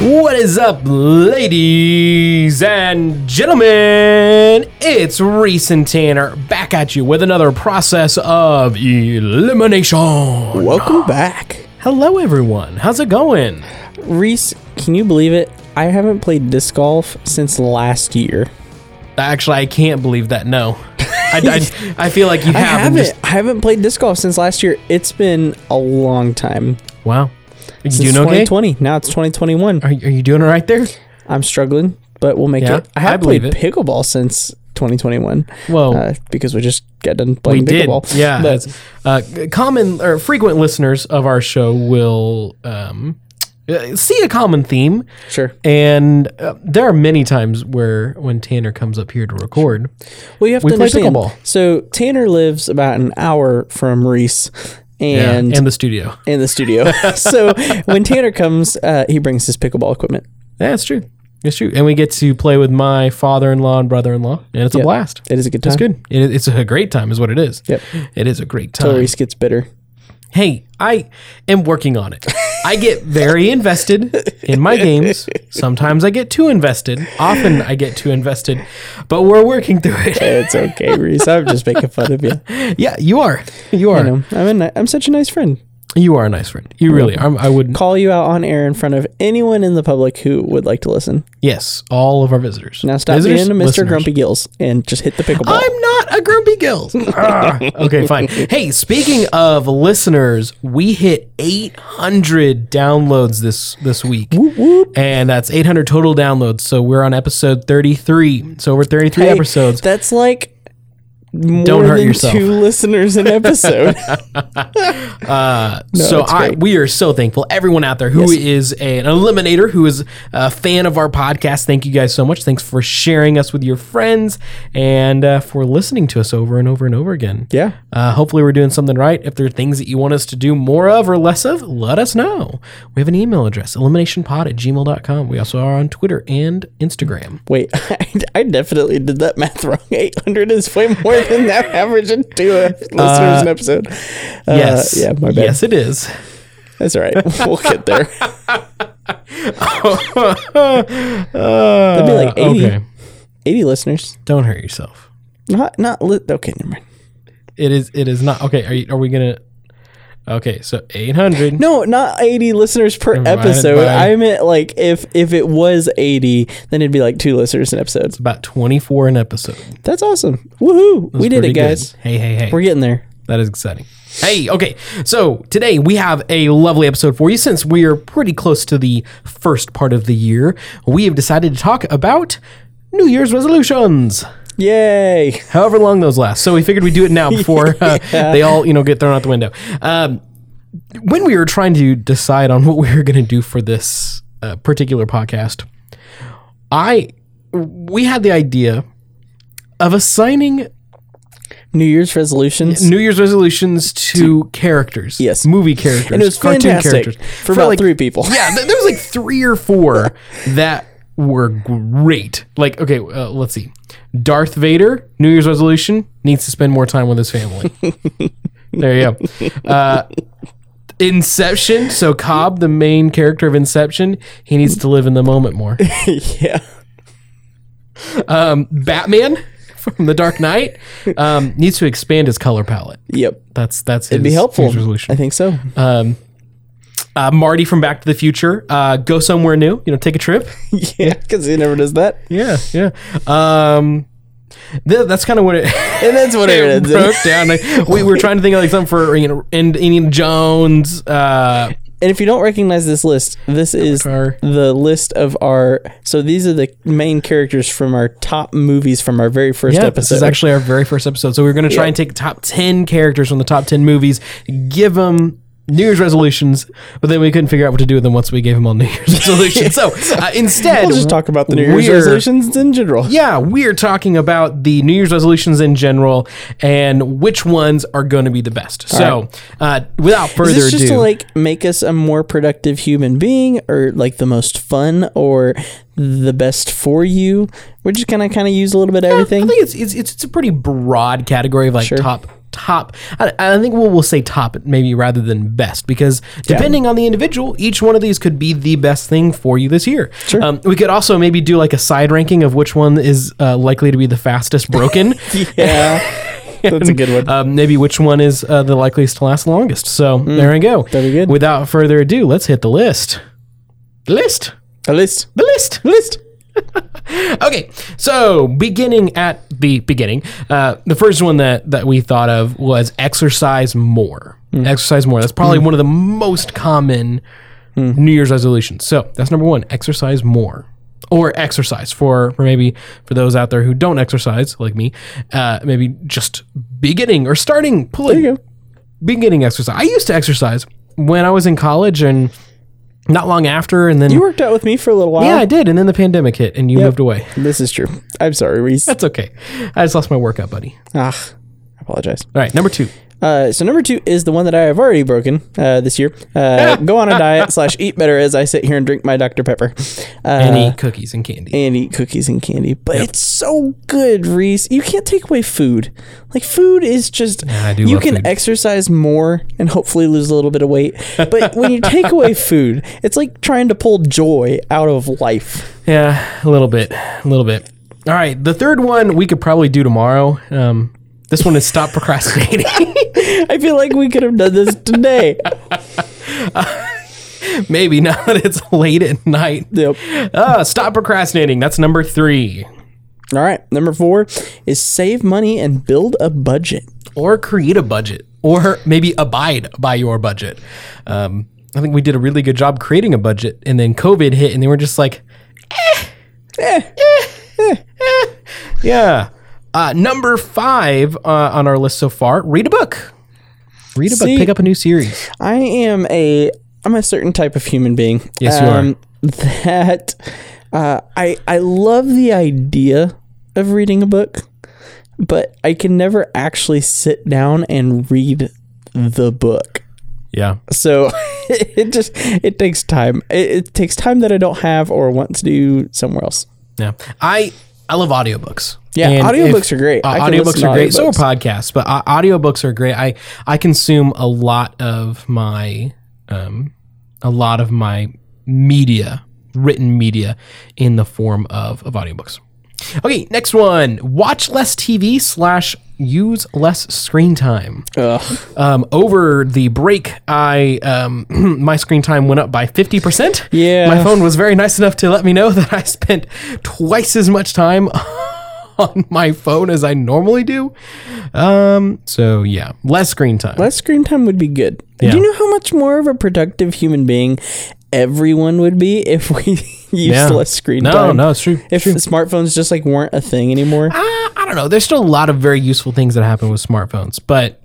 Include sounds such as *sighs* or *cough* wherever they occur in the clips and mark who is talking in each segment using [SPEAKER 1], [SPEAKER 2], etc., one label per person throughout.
[SPEAKER 1] What is up, ladies and gentlemen? It's Reese and Tanner back at you with another process of elimination.
[SPEAKER 2] Welcome back.
[SPEAKER 1] Hello, everyone. How's it going?
[SPEAKER 2] Reese, can you believe it? I haven't played disc golf since last year.
[SPEAKER 1] Actually, I can't believe that. No, I,
[SPEAKER 2] *laughs*
[SPEAKER 1] I, I feel like you
[SPEAKER 2] I
[SPEAKER 1] haven't.
[SPEAKER 2] haven't.
[SPEAKER 1] Just,
[SPEAKER 2] I haven't played disc golf since last year. It's been a long time.
[SPEAKER 1] wow. You
[SPEAKER 2] Since
[SPEAKER 1] doing okay?
[SPEAKER 2] 2020. Now it's 2021.
[SPEAKER 1] Are, you- are you doing all right there?
[SPEAKER 2] I'm struggling, but we'll make
[SPEAKER 1] Yeah,
[SPEAKER 2] it. I
[SPEAKER 1] I
[SPEAKER 2] have
[SPEAKER 1] believe
[SPEAKER 2] played pickleball since 2021.
[SPEAKER 1] Whoa.
[SPEAKER 2] uh, because we just got done playing pickleball.
[SPEAKER 1] Yeah.
[SPEAKER 2] But
[SPEAKER 1] uh, common or frequent listeners of our show will um, uh, see a common theme.
[SPEAKER 2] sure.
[SPEAKER 1] And uh, there are many times where when Tanner comes up here to record,
[SPEAKER 2] Well, you have
[SPEAKER 1] We
[SPEAKER 2] to
[SPEAKER 1] play
[SPEAKER 2] understand.
[SPEAKER 1] pickleball.
[SPEAKER 2] So Tanner lives about an hour from Reese, and
[SPEAKER 1] and the studio.
[SPEAKER 2] in the studio.
[SPEAKER 1] *laughs*
[SPEAKER 2] so when Tanner comes, uh, he brings his pickleball equipment.
[SPEAKER 1] That's true. That's true. And we get to play with my father-in-law and brother-in-law, and it's a blast.
[SPEAKER 2] It is a good time.
[SPEAKER 1] It's good. It, it's a great time, is what it is.
[SPEAKER 2] Yep.
[SPEAKER 1] It is a great time.
[SPEAKER 2] Till Reese gets bitter.
[SPEAKER 1] hey, I am working on it. I get very invested in my games. Sometimes I get too invested. Often I get too invested, but we're working through it. *laughs*
[SPEAKER 2] It's okay, Reese. I'm just making fun of you.
[SPEAKER 1] Yeah, you are. You
[SPEAKER 2] I
[SPEAKER 1] are.
[SPEAKER 2] know. I'm a ni- I'm such a nice friend.
[SPEAKER 1] You are a nice friend. You really are. I would.
[SPEAKER 2] Call you out on air in front of anyone in the public who would like to listen.
[SPEAKER 1] Yes, all of our visitors.
[SPEAKER 2] Now stop
[SPEAKER 1] Visitors,
[SPEAKER 2] being a Mr.
[SPEAKER 1] listeners.
[SPEAKER 2] Grumpy Gills and just hit the pickleball.
[SPEAKER 1] I'm not a grumpy
[SPEAKER 2] *laughs*
[SPEAKER 1] gills. Ah, okay, fine. Hey, speaking of listeners, we hit 800 downloads this this week, and that's 800 total downloads. So we're on episode 33. So over 33
[SPEAKER 2] Hey,
[SPEAKER 1] episodes.
[SPEAKER 2] That's like more
[SPEAKER 1] Don't hurt
[SPEAKER 2] than
[SPEAKER 1] yourself. *laughs*
[SPEAKER 2] two listeners an episode. *laughs*
[SPEAKER 1] so
[SPEAKER 2] that's
[SPEAKER 1] I,
[SPEAKER 2] great.
[SPEAKER 1] we are so thankful. Everyone out there who is an eliminator, who is a fan of our podcast, thank you guys so much. Thanks for sharing us with your friends and uh, for listening to us over and over and over again.
[SPEAKER 2] Yeah.
[SPEAKER 1] Uh, hopefully, we're doing something right. If there are things that you want us to do more of or less of, let us know. We have an email address, eliminationpod at gmail.com. We also are on Twitter and Instagram.
[SPEAKER 2] Wait, *laughs* I, I definitely did that math wrong. *laughs* 800 is way more than that average in two uh, listeners an episode. Uh,
[SPEAKER 1] yes.
[SPEAKER 2] Yeah, my bad.
[SPEAKER 1] Yes, it is.
[SPEAKER 2] That's all right. *laughs* We'll get there.
[SPEAKER 1] That'd
[SPEAKER 2] be like 80. 80 listeners.
[SPEAKER 1] Uh, Don't hurt yourself.
[SPEAKER 2] Not, not, li- okay, never mind.
[SPEAKER 1] It is. It is not okay. Are you, are we gonna? Okay, so eight hundred.
[SPEAKER 2] No, not 80 listeners per
[SPEAKER 1] Divided
[SPEAKER 2] episode.
[SPEAKER 1] by-
[SPEAKER 2] I meant like if if it was 80, then it'd be like two listeners an episode.
[SPEAKER 1] about twenty four an episode.
[SPEAKER 2] That's awesome. Woohoo. we did
[SPEAKER 1] Pretty
[SPEAKER 2] it,
[SPEAKER 1] good.
[SPEAKER 2] guys.
[SPEAKER 1] Hey, hey, hey.
[SPEAKER 2] We're getting there.
[SPEAKER 1] That is exciting. Hey, okay. So today we have a lovely episode for you. Since we are pretty close to the first part of the year, we have decided to talk about New Year's resolutions,
[SPEAKER 2] Yay.
[SPEAKER 1] however long those last. So we figured we'd do it
[SPEAKER 2] *laughs*
[SPEAKER 1] now before uh, they all, you know, get thrown out the window. Um, when we were trying to decide on what we were going to do for this uh, particular podcast, I we had the idea of assigning
[SPEAKER 2] New Year's resolutions.
[SPEAKER 1] New Year's resolutions to characters.
[SPEAKER 2] Yes.
[SPEAKER 1] Movie characters.
[SPEAKER 2] And it was
[SPEAKER 1] cartoon
[SPEAKER 2] fantastic
[SPEAKER 1] characters.
[SPEAKER 2] for
[SPEAKER 1] Felt
[SPEAKER 2] about
[SPEAKER 1] like-
[SPEAKER 2] three people. *laughs*
[SPEAKER 1] Yeah, th- there was like three or four that were great. Like, okay, uh, let's see. Darth Vader, New Year's resolution, needs to spend more time with his family. there you go. Uh, Inception. So Cobb, the main character of Inception, he needs to live in the moment more.
[SPEAKER 2] yeah.
[SPEAKER 1] Um, Batman from The Dark Knight um, needs to expand his color palette.
[SPEAKER 2] Yep.
[SPEAKER 1] That's that's his,
[SPEAKER 2] It'd be helpful.
[SPEAKER 1] his resolution.
[SPEAKER 2] I think so.
[SPEAKER 1] um, uh, Marty from Back to the Future, uh, go somewhere new, you know, take a trip.
[SPEAKER 2] *laughs* yeah, because he never does that.
[SPEAKER 1] Yeah, yeah. Um, th- that's kind of what it,
[SPEAKER 2] And that's what
[SPEAKER 1] *laughs*
[SPEAKER 2] it
[SPEAKER 1] it
[SPEAKER 2] ends
[SPEAKER 1] broke
[SPEAKER 2] in.
[SPEAKER 1] down. Like, we were trying to think of like something for you know, and Indiana Jones. Uh,
[SPEAKER 2] And if you don't recognize this list, this is
[SPEAKER 1] Avatar.
[SPEAKER 2] the list of our. So these are the main characters from our top movies from our very first
[SPEAKER 1] yeah, this
[SPEAKER 2] episode.
[SPEAKER 1] is actually our very first episode, so we are going to try
[SPEAKER 2] Yeah.
[SPEAKER 1] and take top ten characters from the top ten movies, give them. New Year's resolutions, but then we couldn't figure out what to do with them once we gave them all New Year's *laughs* resolutions. So uh, instead,
[SPEAKER 2] *laughs* we'll just talk about the New Year's
[SPEAKER 1] we're-
[SPEAKER 2] resolutions in general.
[SPEAKER 1] Yeah, we're talking about the New Year's resolutions in general and which ones are going to be the best. so, uh, without further
[SPEAKER 2] Is this just
[SPEAKER 1] ado,
[SPEAKER 2] to like make us a more productive human being, or like the most fun, or the best for you? We're just gonna kind of use a little bit of
[SPEAKER 1] I
[SPEAKER 2] everything.
[SPEAKER 1] think it's, it's it's it's a pretty broad category of like top top. I, I think we'll, we'll say top maybe rather than best because depending on the individual, each one of these could be the best thing for you this year. Sure. Um, we could also maybe do like a side ranking of which one is uh, likely to be the fastest
[SPEAKER 2] *laughs*
[SPEAKER 1] broken.
[SPEAKER 2] Yeah.
[SPEAKER 1] *laughs*
[SPEAKER 2] That's a good one.
[SPEAKER 1] Um, maybe which one is uh, the likeliest to last the longest. So there we go.
[SPEAKER 2] Mm. that'd be good.
[SPEAKER 1] Without further ado, let's hit the list. The list.
[SPEAKER 2] A list.
[SPEAKER 1] The list. *laughs*
[SPEAKER 2] A list.
[SPEAKER 1] Okay, so beginning at the beginning, uh, the first one that, that we thought of was exercise more.
[SPEAKER 2] Hmm.
[SPEAKER 1] Exercise more. That's probably one of the most common
[SPEAKER 2] Hmm.
[SPEAKER 1] New Year's resolutions. So that's number one: exercise more, or exercise for for maybe for those out there who don't exercise like me. Uh, maybe just beginning or starting pulling
[SPEAKER 2] you go.
[SPEAKER 1] beginning exercise. I used to exercise when I was in college and not long after, and then
[SPEAKER 2] You worked out with me for a little while.
[SPEAKER 1] yeah, I did, and then the pandemic hit and you moved away. *laughs*
[SPEAKER 2] This is true. I'm sorry, Reese.
[SPEAKER 1] That's okay. I just lost my workout buddy.
[SPEAKER 2] ah, I apologize.
[SPEAKER 1] All right, number two.
[SPEAKER 2] Uh, so number two is the one that I have already broken uh, this year.
[SPEAKER 1] *laughs*
[SPEAKER 2] Uh, go on a diet slash eat better as I sit here and drink my Dr Pepper. Uh,
[SPEAKER 1] And eat cookies and candy.
[SPEAKER 2] and eat cookies and candy. But it's so good, Reese. You can't take away food. Like food is just
[SPEAKER 1] I do
[SPEAKER 2] you
[SPEAKER 1] love
[SPEAKER 2] can
[SPEAKER 1] food.
[SPEAKER 2] exercise more and hopefully lose a little bit of weight. But when
[SPEAKER 1] *laughs*
[SPEAKER 2] you take away food, it's like trying to pull joy out of life.
[SPEAKER 1] Yeah, a little bit. A little bit. All right, the third one we could probably do tomorrow. Um, this one is stop procrastinating. *laughs*
[SPEAKER 2] I feel like we could have done this today.
[SPEAKER 1] Maybe now that it's late at night.
[SPEAKER 2] yep.
[SPEAKER 1] Uh, stop procrastinating. That's number three.
[SPEAKER 2] All right. Number 4 is save money and build a budget.
[SPEAKER 1] Or create a budget. Or maybe abide by your budget. Um, I think we did a really good job creating a budget, and then COVID hit, and they were just like, "Eh, Yeah. Uh, number five uh, on our list so far: read a book. Read a book.
[SPEAKER 2] See-
[SPEAKER 1] Pick up a new series.
[SPEAKER 2] I am a I'm a certain type of human being. Um,
[SPEAKER 1] Yes, you are.
[SPEAKER 2] That uh, I I love the idea of reading a book, but I can never actually sit down and read the book.
[SPEAKER 1] Yeah.
[SPEAKER 2] So *laughs* it just it takes time. It, it takes time that I don't have or want to do somewhere else.
[SPEAKER 1] Yeah. I I love audiobooks.
[SPEAKER 2] Yeah,
[SPEAKER 1] And
[SPEAKER 2] audiobooks are great.
[SPEAKER 1] uh,
[SPEAKER 2] I can listen
[SPEAKER 1] audiobooks
[SPEAKER 2] to
[SPEAKER 1] are great. So are
[SPEAKER 2] audiobooks.
[SPEAKER 1] podcasts, but uh, audiobooks are great. I I consume a lot of my um a lot of my media, written media in the form of of audiobooks. Okay, next one. Watch less TV slash use less screen time.
[SPEAKER 2] Ugh.
[SPEAKER 1] um, over the break, I um, *clears throat* my screen time went up by fifty percent.
[SPEAKER 2] Yeah.
[SPEAKER 1] my phone was very nice enough to let me know *laughs* that I spent twice as much time *laughs* on my phone as I normally do. Um, so yeah, less screen time.
[SPEAKER 2] less screen time would be good.
[SPEAKER 1] Yeah.
[SPEAKER 2] Do you know how much more of a productive human being everyone would be if we *laughs* used
[SPEAKER 1] Yeah.
[SPEAKER 2] less screen
[SPEAKER 1] no,
[SPEAKER 2] time?
[SPEAKER 1] no, it's true.
[SPEAKER 2] If smartphones just like weren't a thing anymore.
[SPEAKER 1] Ah, I don't know. There's still a lot of very useful things that happen with smartphones, but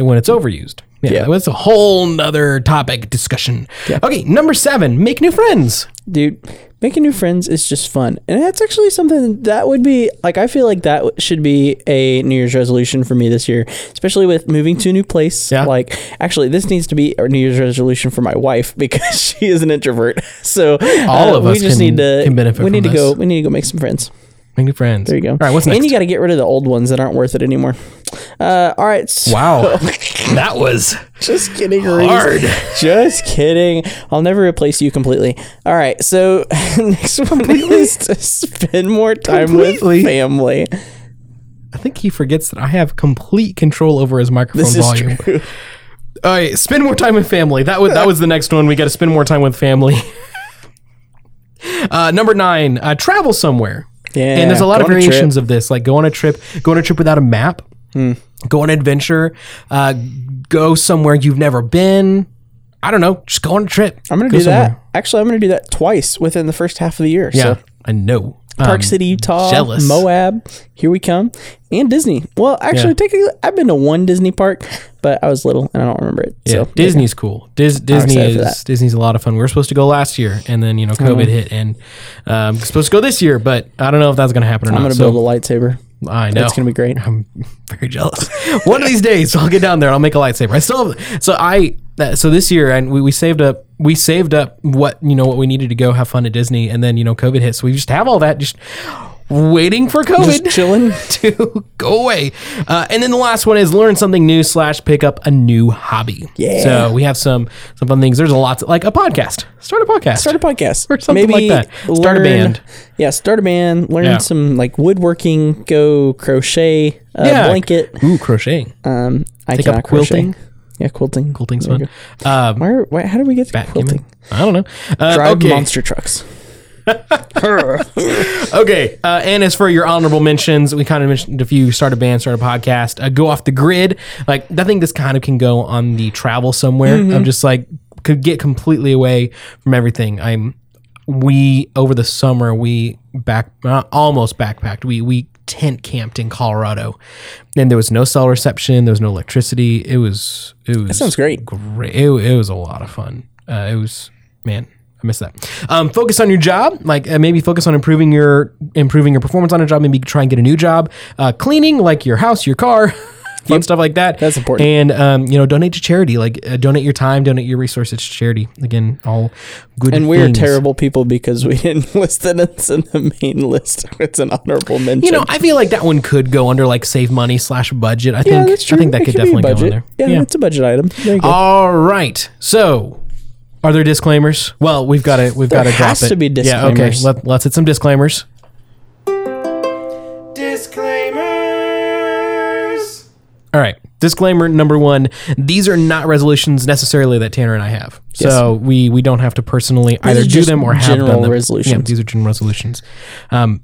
[SPEAKER 1] when it's overused, yeah,
[SPEAKER 2] Yeah.
[SPEAKER 1] that's a whole nother topic discussion. Okay, number seven, make new friends.
[SPEAKER 2] Dude, making new friends is just fun. And that's actually something that would be like I feel like that w- should be a New Year's resolution for me this year, especially with moving to a new place.
[SPEAKER 1] Yeah.
[SPEAKER 2] Like actually this needs to be a New Year's resolution for my wife *laughs* because she is an introvert. So uh,
[SPEAKER 1] All of us
[SPEAKER 2] we just
[SPEAKER 1] can-
[SPEAKER 2] need to
[SPEAKER 1] can benefit
[SPEAKER 2] we need
[SPEAKER 1] from
[SPEAKER 2] to go
[SPEAKER 1] this.
[SPEAKER 2] we need to go make some friends.
[SPEAKER 1] Make new friends.
[SPEAKER 2] There you go.
[SPEAKER 1] All right, what's next?
[SPEAKER 2] And you got to get rid of the old ones that aren't worth it anymore. Uh, all right. so-
[SPEAKER 1] Wow.
[SPEAKER 2] *laughs*
[SPEAKER 1] that was
[SPEAKER 2] Just kidding. Reese.
[SPEAKER 1] hard.
[SPEAKER 2] Just kidding. I'll never replace you completely. All right. So *laughs* next one is to spend more time
[SPEAKER 1] Completely.
[SPEAKER 2] with family.
[SPEAKER 1] I think he forgets that I have complete control over his microphone
[SPEAKER 2] This is
[SPEAKER 1] volume.
[SPEAKER 2] true.
[SPEAKER 1] *laughs* All right, spend more time with family. That was that was the next one. We got to spend more time with family. *laughs* uh, number nine, uh, travel somewhere.
[SPEAKER 2] Yeah,
[SPEAKER 1] and there's a lot
[SPEAKER 2] go
[SPEAKER 1] of
[SPEAKER 2] on a trip. Hmm.
[SPEAKER 1] variations of this. Like go on a trip, go on a trip without a map, go on an adventure, uh, go somewhere you've never been. I don't know. Just go on a trip.
[SPEAKER 2] I'm gonna
[SPEAKER 1] Go
[SPEAKER 2] do
[SPEAKER 1] somewhere.
[SPEAKER 2] that. Actually, I'm gonna do that twice within the first half of the year.
[SPEAKER 1] Yeah,
[SPEAKER 2] So
[SPEAKER 1] I know.
[SPEAKER 2] Park
[SPEAKER 1] Um,
[SPEAKER 2] City, Utah,
[SPEAKER 1] jealous.
[SPEAKER 2] Moab. Here we come, and Disney. Well, actually,
[SPEAKER 1] Yeah.
[SPEAKER 2] technically, I've been to one Disney park, but I was little and I don't remember it.
[SPEAKER 1] Yeah,
[SPEAKER 2] So
[SPEAKER 1] Disney's cool. Dis- Disney
[SPEAKER 2] excited for
[SPEAKER 1] is Disney's a lot of fun. We were supposed to go last year, and then you know COVID hit, and um, supposed to go this year, but I don't know if that's going to happen or
[SPEAKER 2] I'm
[SPEAKER 1] not.
[SPEAKER 2] gonna
[SPEAKER 1] so
[SPEAKER 2] build a lightsaber.
[SPEAKER 1] I know
[SPEAKER 2] It's gonna be great.
[SPEAKER 1] I'm very jealous. *laughs* One of these days, I'll get down there. and I'll make a lightsaber. I still have, so I that, so this year, and we, we saved up. We saved up what you know what we needed to go have fun at Disney, and then you know COVID hit, so we just have all that. Just waiting for COVID *laughs*
[SPEAKER 2] Just *laughs* chilling.
[SPEAKER 1] to go away. Uh, and then the last one is learn something new slash pick up a new hobby.
[SPEAKER 2] Yeah.
[SPEAKER 1] So we have some some fun things. There's a lot to- like a podcast. Start a podcast.
[SPEAKER 2] Start a podcast
[SPEAKER 1] Or something like that. Start a band.
[SPEAKER 2] Yeah, start a band. Learn
[SPEAKER 1] Yeah.
[SPEAKER 2] some like woodworking. Go crochet a
[SPEAKER 1] Yeah.
[SPEAKER 2] blanket.
[SPEAKER 1] Ooh, crocheting.
[SPEAKER 2] Um, I
[SPEAKER 1] Take
[SPEAKER 2] cannot
[SPEAKER 1] up quilting.
[SPEAKER 2] Crochet. Yeah, quilting.
[SPEAKER 1] Quilting's
[SPEAKER 2] There you
[SPEAKER 1] fun. Um,
[SPEAKER 2] go. Where, why, how do we get to quilting?
[SPEAKER 1] Backgammon. I don't know. Uh,
[SPEAKER 2] Drive
[SPEAKER 1] okay.
[SPEAKER 2] monster
[SPEAKER 1] *laughs*
[SPEAKER 2] trucks.
[SPEAKER 1] Okay. Uh, and as for your honorable mentions, we kind of mentioned a few start a band, start a podcast, uh, go off the grid. Like, I think this kind of can go on the travel somewhere. I'm just like, could get completely away from everything. I'm, we, over the summer, we back, uh, almost backpacked. We, we, tent camped in Colorado and there was no cell reception there was no electricity it was it was that
[SPEAKER 2] sounds great.
[SPEAKER 1] great. It, it was a lot of fun. Uh, it was man, I miss that. Um, focus on your job, like uh, maybe focus on improving your improving your performance on a job. Maybe try and get a new job. Uh, cleaning, like your house, your car. *laughs* Fun stuff like that.
[SPEAKER 2] That's important.
[SPEAKER 1] And um, you know, donate to charity. Like uh, donate your time, donate your resources to charity. Again, all good.
[SPEAKER 2] And we're
[SPEAKER 1] things.
[SPEAKER 2] terrible people because we *laughs* didn't list that it's in the main list. *laughs* It's an honorable mention.
[SPEAKER 1] You know, I feel like that one could go under like save money slash budget. I
[SPEAKER 2] yeah,
[SPEAKER 1] think
[SPEAKER 2] that's true.
[SPEAKER 1] I think that
[SPEAKER 2] It
[SPEAKER 1] could
[SPEAKER 2] be a
[SPEAKER 1] definitely go in
[SPEAKER 2] budget.
[SPEAKER 1] there. Uh,
[SPEAKER 2] Yeah, it's a budget item. There you go.
[SPEAKER 1] All right. So, are there disclaimers? Well, we've got to we've got to drop
[SPEAKER 2] has
[SPEAKER 1] it.
[SPEAKER 2] to be
[SPEAKER 1] Yeah. Okay.
[SPEAKER 2] disclaimers.
[SPEAKER 1] Let, let's hit some disclaimers.
[SPEAKER 3] Disclaimers.
[SPEAKER 1] All right. Disclaimer number one: These are not resolutions necessarily that Tanner and I have, so we we don't have to personally either
[SPEAKER 2] are
[SPEAKER 1] do
[SPEAKER 2] just
[SPEAKER 1] them or have done
[SPEAKER 2] general
[SPEAKER 1] them.
[SPEAKER 2] resolutions.
[SPEAKER 1] Yeah, these are general resolutions. Um,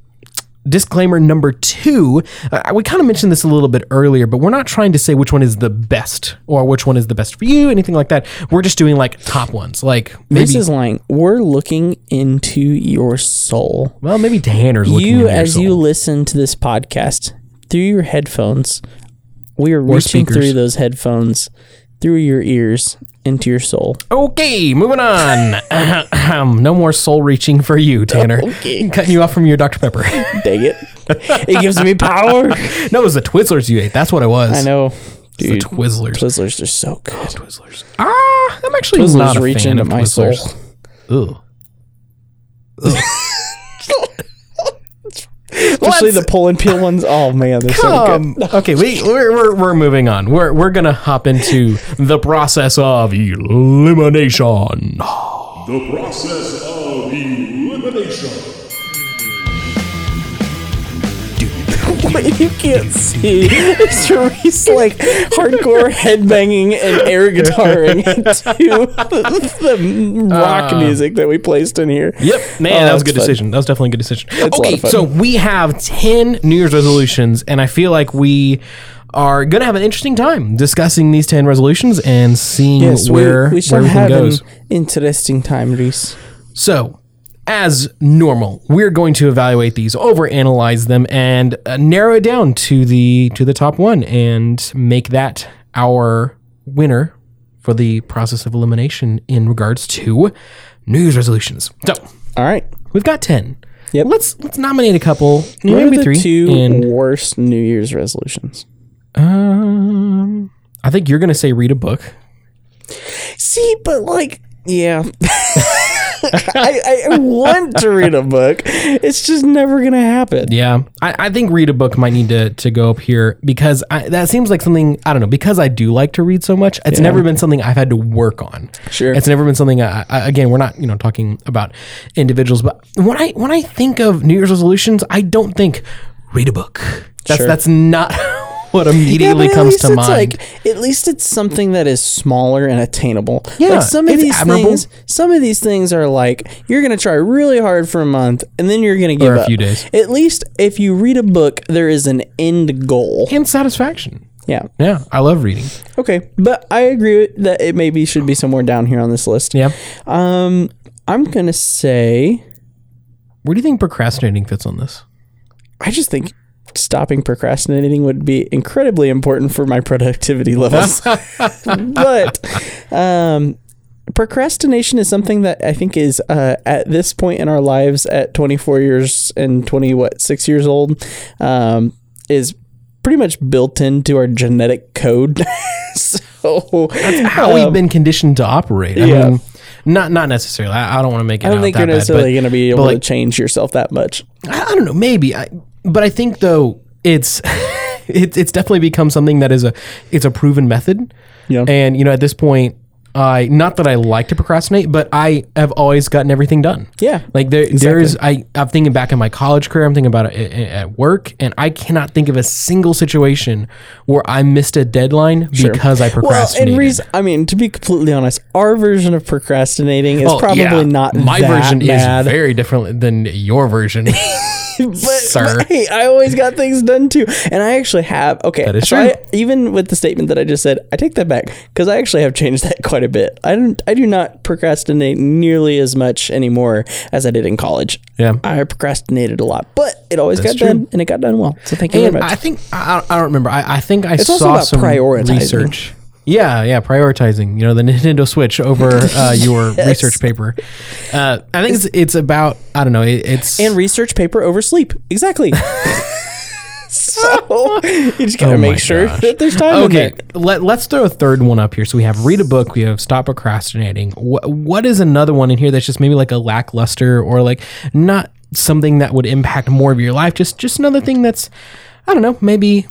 [SPEAKER 1] disclaimer number two: uh, We kind of mentioned this a little bit earlier, but we're not trying to say which one is the best or which one is the best for you, anything like that. We're just doing like top ones, like maybe
[SPEAKER 2] this is lying. We're looking into your soul.
[SPEAKER 1] well, maybe Tanner's looking
[SPEAKER 2] you
[SPEAKER 1] into your
[SPEAKER 2] as
[SPEAKER 1] soul.
[SPEAKER 2] you listen to this podcast through your headphones we are reaching
[SPEAKER 1] speakers.
[SPEAKER 2] through those headphones through your ears into your soul
[SPEAKER 1] Okay, moving on. Ahem. no more soul reaching for you, Tanner.
[SPEAKER 2] *laughs* Okay.
[SPEAKER 1] Cutting you off from your Dr. Pepper. *laughs*
[SPEAKER 2] dang it it gives me power
[SPEAKER 1] no, it was the Twizzlers you ate. That's what it was.
[SPEAKER 2] i know
[SPEAKER 1] The
[SPEAKER 2] dude
[SPEAKER 1] Twizzlers.
[SPEAKER 2] twizzlers are so good
[SPEAKER 1] Twizzlers. Ah, I'm actually not
[SPEAKER 2] twizzlers
[SPEAKER 1] a
[SPEAKER 2] reach
[SPEAKER 1] fan
[SPEAKER 2] into
[SPEAKER 1] of
[SPEAKER 2] my soul
[SPEAKER 1] Twizzlers. Ugh.
[SPEAKER 2] *laughs* especially
[SPEAKER 1] Let's-
[SPEAKER 2] the pull and peel ones oh man they're so good
[SPEAKER 1] Um, okay, we, we're, we're, we're moving on. We're, we're going to hop into the process of elimination.
[SPEAKER 3] The process of elimination.
[SPEAKER 2] *laughs* Wait, you can't see *laughs* Therese like hardcore headbanging and air
[SPEAKER 1] *laughs*
[SPEAKER 2] guitaring to *laughs* the rock music that we placed in here.
[SPEAKER 1] Uh, Yep, man,
[SPEAKER 2] Oh,
[SPEAKER 1] that was a
[SPEAKER 2] that's
[SPEAKER 1] good
[SPEAKER 2] fun.
[SPEAKER 1] decision. That was definitely a good decision.
[SPEAKER 2] a lot
[SPEAKER 1] okay,
[SPEAKER 2] of fun.
[SPEAKER 1] so we have ten New Year's resolutions, and I feel like we are going to have an interesting time discussing these ten resolutions and seeing
[SPEAKER 2] Yes,
[SPEAKER 1] where
[SPEAKER 2] we, we
[SPEAKER 1] where
[SPEAKER 2] shall
[SPEAKER 1] everything
[SPEAKER 2] have
[SPEAKER 1] goes.
[SPEAKER 2] an interesting time, Reese.
[SPEAKER 1] So, as normal, we're going to evaluate these, overanalyze them, and uh, narrow it down to the to the top one, and make that our winner for the process of elimination in regards to New Year's resolutions. So.
[SPEAKER 2] All right.
[SPEAKER 1] We've got ten.
[SPEAKER 2] Yep.
[SPEAKER 1] Let's let's nominate a couple,
[SPEAKER 2] What are
[SPEAKER 1] maybe
[SPEAKER 2] the
[SPEAKER 1] three.
[SPEAKER 2] two
[SPEAKER 1] and
[SPEAKER 2] worst New Year's resolutions?
[SPEAKER 1] um, I think you're gonna say read a book.
[SPEAKER 2] See, but like,
[SPEAKER 1] *laughs*
[SPEAKER 2] yeah. *laughs* I, I want to read a book. It's just never gonna happen.
[SPEAKER 1] Yeah, I, I think read a book might need to to go up here because I, that seems like something I don't know. Because I do like to read so much, it's never been something I've had to work on.
[SPEAKER 2] Sure.
[SPEAKER 1] it's never been something. I, I, again, we're not you know talking about individuals, but when I when I think of New Year's resolutions, I don't think read a book. That's
[SPEAKER 2] Sure.
[SPEAKER 1] that's not *laughs* what immediately
[SPEAKER 2] but at
[SPEAKER 1] comes
[SPEAKER 2] least
[SPEAKER 1] to
[SPEAKER 2] it's
[SPEAKER 1] mind.
[SPEAKER 2] Like, at least it's something that is smaller and attainable.
[SPEAKER 1] Yeah,
[SPEAKER 2] like some of
[SPEAKER 1] it's
[SPEAKER 2] these
[SPEAKER 1] admirable.
[SPEAKER 2] things, some of these things are like you're gonna try really hard for a month and then you're gonna give
[SPEAKER 1] a
[SPEAKER 2] up.
[SPEAKER 1] few days.
[SPEAKER 2] At least if you read a book, there is an end goal.
[SPEAKER 1] and satisfaction.
[SPEAKER 2] Yeah.
[SPEAKER 1] Yeah, I love reading.
[SPEAKER 2] Okay, but I agree with- that it maybe should be somewhere down here on this list.
[SPEAKER 1] Yeah.
[SPEAKER 2] Um, I'm gonna say
[SPEAKER 1] Where do you think procrastinating fits on this?
[SPEAKER 2] I just think stopping procrastinating would be incredibly important for my productivity
[SPEAKER 1] *laughs*
[SPEAKER 2] levels. but um, procrastination is something that I think is uh, at this point in our lives, at 24 years and 20 what six years old, um, is pretty much built into our genetic code. *laughs* so Um,
[SPEAKER 1] How we've been conditioned to operate. I
[SPEAKER 2] yeah.
[SPEAKER 1] mean, Not not necessarily. I, I don't want to make it.
[SPEAKER 2] I don't think you're necessarily going to be able
[SPEAKER 1] but,
[SPEAKER 2] to
[SPEAKER 1] like-
[SPEAKER 2] change yourself that much.
[SPEAKER 1] I, I don't know, maybe. I, but I think though it's *laughs* it's it's definitely become something that is a it's a proven method.
[SPEAKER 2] Yeah.
[SPEAKER 1] And you know, at this point, I not that I like to procrastinate, but I have always gotten everything done.
[SPEAKER 2] Yeah,
[SPEAKER 1] Like there there is I I'm thinking back in my college career, I'm thinking about it i- i- at work, and I cannot think of a single situation where I missed a deadline because I
[SPEAKER 2] Well,
[SPEAKER 1] procrastinated.
[SPEAKER 2] and reason, I mean, to be completely honest, our version of procrastinating is
[SPEAKER 1] Well,
[SPEAKER 2] probably
[SPEAKER 1] Oh, yeah,
[SPEAKER 2] not
[SPEAKER 1] my
[SPEAKER 2] that
[SPEAKER 1] version
[SPEAKER 2] bad.
[SPEAKER 1] is very different than your
[SPEAKER 2] *laughs*
[SPEAKER 1] version.
[SPEAKER 2] but,
[SPEAKER 1] Sir.
[SPEAKER 2] but, hey, I always got things done too, and I actually have. Okay,
[SPEAKER 1] That is
[SPEAKER 2] so
[SPEAKER 1] true.
[SPEAKER 2] I, even with the statement that I just said, I take that back because I actually have changed that quite a bit. I don't, I do not procrastinate nearly as much anymore as I did in college.
[SPEAKER 1] Yeah.
[SPEAKER 2] I procrastinated a lot, but it always
[SPEAKER 1] That's
[SPEAKER 2] got done,
[SPEAKER 1] true.
[SPEAKER 2] and it got done well. So thank you very
[SPEAKER 1] And
[SPEAKER 2] much.
[SPEAKER 1] I think I, I don't remember. I, I think I
[SPEAKER 2] also
[SPEAKER 1] saw
[SPEAKER 2] about
[SPEAKER 1] some
[SPEAKER 2] prioritizing.
[SPEAKER 1] research. Yeah, yeah, prioritizing. You know, the Nintendo Switch over uh,
[SPEAKER 2] *laughs*
[SPEAKER 1] your research paper. Uh, I think it's, it's about I don't know. It, it's
[SPEAKER 2] and research paper over sleep.
[SPEAKER 1] *laughs*
[SPEAKER 2] Exactly. so you just gotta
[SPEAKER 1] Oh my
[SPEAKER 2] make sure
[SPEAKER 1] gosh.
[SPEAKER 2] that there's time.
[SPEAKER 1] okay. Let, let's throw a third one up here. So we have read a book. We have stop procrastinating. What what is another one in here that's just maybe like a lackluster or like not something that would impact more of your life? Just just another thing that's I don't know. Maybe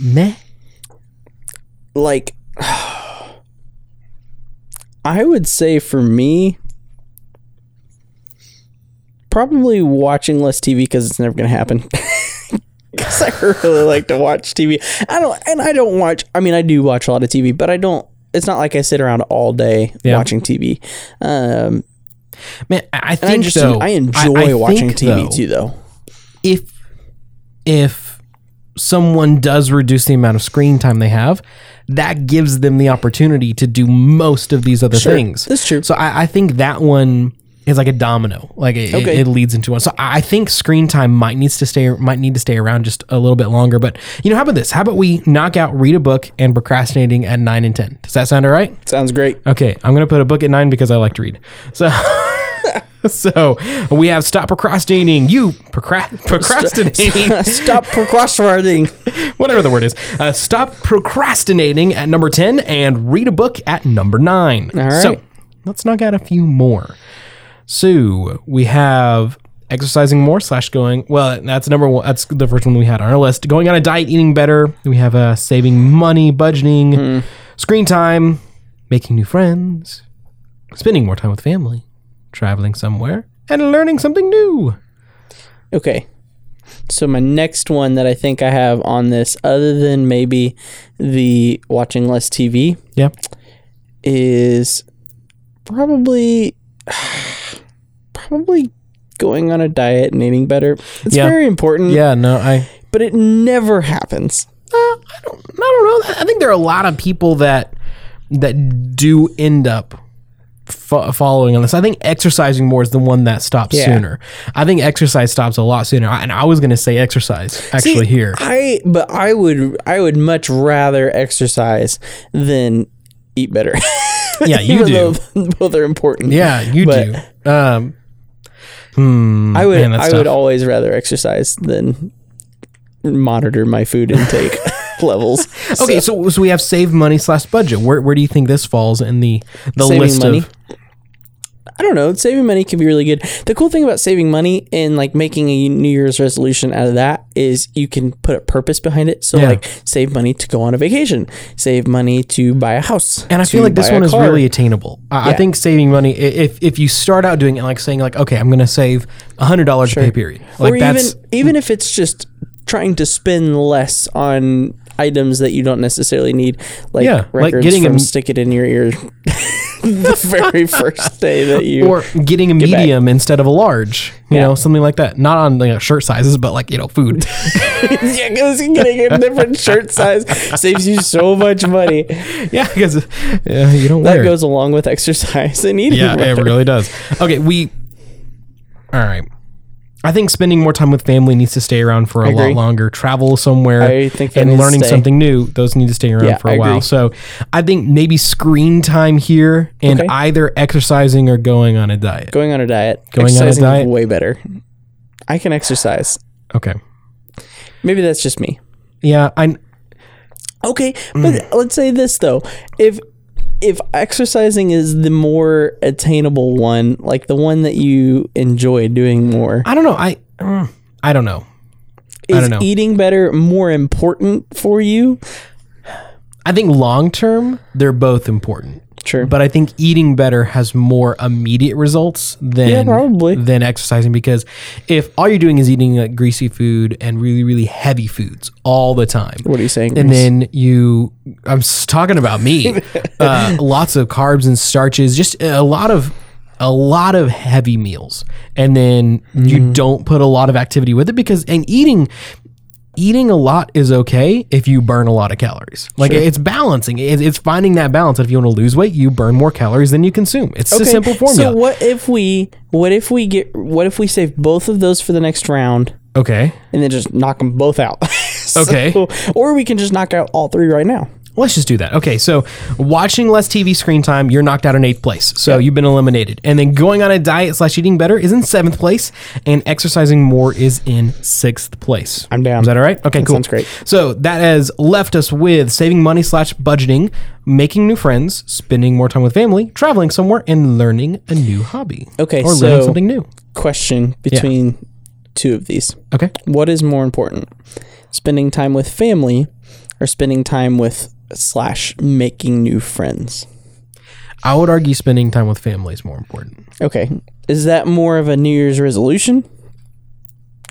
[SPEAKER 1] meh.
[SPEAKER 2] Like, *sighs* I would say for me, probably watching less TV because it's never gonna happen. *laughs* Because I really like to watch TV. I don't, and I don't watch. I mean, I do watch a lot of TV, but I don't. It's not like I sit around all day
[SPEAKER 1] Yeah.
[SPEAKER 2] watching TV. Um,
[SPEAKER 1] Man, I I think
[SPEAKER 2] and I just
[SPEAKER 1] though,
[SPEAKER 2] I enjoy
[SPEAKER 1] I
[SPEAKER 2] watching
[SPEAKER 1] think,
[SPEAKER 2] TV
[SPEAKER 1] though,
[SPEAKER 2] too, though.
[SPEAKER 1] if if someone does reduce the amount of screen time they have, that gives them the opportunity to do most of these other things.
[SPEAKER 2] that's true.
[SPEAKER 1] So I, I think that one is like a domino. Like it, it-
[SPEAKER 2] Okay.
[SPEAKER 1] it, leads into one. So I I think screen time might needs to stay might need to stay around just a little bit longer. But you know, how about this? How about we knock out read a book and procrastinating at nine and ten? Does that sound all right? *laughs*
[SPEAKER 2] Sounds great.
[SPEAKER 1] Okay, I'm gonna put a book at nine because I like to read. So, *laughs* so we have stop procrastinating. You procrast-
[SPEAKER 2] *laughs*
[SPEAKER 1] procrastinating,
[SPEAKER 2] Stop procrastinating.
[SPEAKER 1] whatever the word is. Uh, stop procrastinating at number ten and read a book at number nine. All
[SPEAKER 2] right.
[SPEAKER 1] So let's knock out a few more. So we have exercising more slash going. Well, that's number one. That's the first one we had on our list. Going on a diet, eating better. We have uh, saving money, budgeting, screen time, making new friends, spending more time with family, traveling somewhere, and learning something new.
[SPEAKER 2] Okay. So my next one that I think I have on this, other than maybe the watching less TV,
[SPEAKER 1] Yeah.
[SPEAKER 2] is probably *sighs* probably going on a diet and eating better. It's
[SPEAKER 1] Yeah.
[SPEAKER 2] very important,
[SPEAKER 1] Yeah. No, I.
[SPEAKER 2] but it never happens.
[SPEAKER 1] I don't know. I think there are a lot of people that that do end up fo- following on this. I think exercising more is the one that stops
[SPEAKER 2] Yeah.
[SPEAKER 1] sooner. I think exercise stops a lot sooner. I, and I was going to say exercise actually
[SPEAKER 2] See, *laughs*
[SPEAKER 1] here.
[SPEAKER 2] I but I would I would much rather exercise than eat better. *laughs*
[SPEAKER 1] Yeah, you
[SPEAKER 2] Even
[SPEAKER 1] do.
[SPEAKER 2] though *laughs* both are important.
[SPEAKER 1] Yeah, you
[SPEAKER 2] but-
[SPEAKER 1] do. Um, hmm,
[SPEAKER 2] I would
[SPEAKER 1] man, that's
[SPEAKER 2] I
[SPEAKER 1] tough.
[SPEAKER 2] would always rather exercise than monitor my food intake *laughs* levels.
[SPEAKER 1] Okay, so, so we have save money slash budget. Where where do you think this falls in the the
[SPEAKER 2] Saving
[SPEAKER 1] list
[SPEAKER 2] money.
[SPEAKER 1] of?
[SPEAKER 2] I don't know. Saving money can be really good. The cool thing about saving money and like making a New Year's resolution out of that is you can put a purpose behind it. So
[SPEAKER 1] Yeah.
[SPEAKER 2] like save money to go on a vacation, save money to buy a house,
[SPEAKER 1] And I feel
[SPEAKER 2] to
[SPEAKER 1] like this
[SPEAKER 2] buy a
[SPEAKER 1] one is
[SPEAKER 2] car.
[SPEAKER 1] really attainable. I, I
[SPEAKER 2] Yeah.
[SPEAKER 1] think saving money, i- if if you start out doing it, like saying like, okay, I'm going to save hundred dollars a pay period. Like
[SPEAKER 2] or even
[SPEAKER 1] that's
[SPEAKER 2] even if it's just trying to spend less on items that you don't necessarily need, like
[SPEAKER 1] Yeah, like
[SPEAKER 2] records
[SPEAKER 1] getting a
[SPEAKER 2] from
[SPEAKER 1] m-
[SPEAKER 2] stick it in your ear *laughs* the very first day that you
[SPEAKER 1] or getting a
[SPEAKER 2] back.
[SPEAKER 1] medium instead of a large, you
[SPEAKER 2] Yeah.
[SPEAKER 1] know, something like that. Not on you know, shirt sizes, but like you know,
[SPEAKER 2] *laughs*
[SPEAKER 1] food.
[SPEAKER 2] *laughs*
[SPEAKER 1] *laughs*
[SPEAKER 2] yeah, because getting a different shirt size saves you so much money.
[SPEAKER 1] yeah, because yeah, you don't
[SPEAKER 2] That
[SPEAKER 1] wear. it.
[SPEAKER 2] goes along with exercise and eating.
[SPEAKER 1] yeah, it
[SPEAKER 2] better.
[SPEAKER 1] really does. Okay, we. All right. I think spending more time with family needs to stay around for a
[SPEAKER 2] agree.
[SPEAKER 1] lot longer. Travel somewhere
[SPEAKER 2] I think that
[SPEAKER 1] and
[SPEAKER 2] needs to
[SPEAKER 1] learning
[SPEAKER 2] stay.
[SPEAKER 1] something new, those need to stay around
[SPEAKER 2] Yeah,
[SPEAKER 1] for a
[SPEAKER 2] I agree.
[SPEAKER 1] while. So I think maybe screen time here and
[SPEAKER 2] Okay.
[SPEAKER 1] either exercising or going on a diet.
[SPEAKER 2] Going on a diet.
[SPEAKER 1] Going on a
[SPEAKER 2] Exercising is
[SPEAKER 1] diet.
[SPEAKER 2] way better. I can exercise.
[SPEAKER 1] Okay.
[SPEAKER 2] Maybe that's just me.
[SPEAKER 1] Yeah, I Mm.
[SPEAKER 2] Okay, but let's say this though: if if exercising is the more attainable one, like the one that you enjoy doing more,
[SPEAKER 1] I don't know. I mm, I don't know.
[SPEAKER 2] is
[SPEAKER 1] don't know.
[SPEAKER 2] eating better more important for you?
[SPEAKER 1] I think long term they're both important.
[SPEAKER 2] Sure.
[SPEAKER 1] But I think eating better has more immediate results than
[SPEAKER 2] Yeah, probably.
[SPEAKER 1] than exercising because if all you're doing is eating like greasy food and really really heavy foods all the time.
[SPEAKER 2] what are you saying?
[SPEAKER 1] and
[SPEAKER 2] Reese?
[SPEAKER 1] then you i'm s- talking about
[SPEAKER 2] *laughs*
[SPEAKER 1] me uh, lots of carbs and starches just a lot of a lot of heavy meals and then
[SPEAKER 2] Mm-hmm.
[SPEAKER 1] you don't put a lot of activity with it because and eating eating a lot is okay if you burn a lot of calories like it's balancing it, it's finding that balance if you want to lose weight you burn more calories than you consume it's a
[SPEAKER 2] Okay,
[SPEAKER 1] simple formula
[SPEAKER 2] So what if we what if we get what if we save both of those for the next round
[SPEAKER 1] okay
[SPEAKER 2] and then just knock them both out? *laughs* So-
[SPEAKER 1] Okay.
[SPEAKER 2] Or we can just knock out all three right now.
[SPEAKER 1] Let's just do that. Okay, so watching less TV screen time, you're knocked out in eighth place. So you've been eliminated. And then going on a diet slash eating better is in seventh place, and exercising more is in sixth place.
[SPEAKER 2] I'm down.
[SPEAKER 1] Is that all right? Okay, cool.
[SPEAKER 2] sounds great.
[SPEAKER 1] So that has left us with saving money slash budgeting, making new friends, spending more time with family, traveling somewhere, and learning a new hobby.
[SPEAKER 2] Okay,
[SPEAKER 1] or learning
[SPEAKER 2] so-
[SPEAKER 1] something new.
[SPEAKER 2] Question between two of these.
[SPEAKER 1] Okay.
[SPEAKER 2] What is more important? Spending time with family or spending time with slash making new friends?
[SPEAKER 1] I would argue spending time with family is more important.
[SPEAKER 2] Okay. Is that more of a New Year's resolution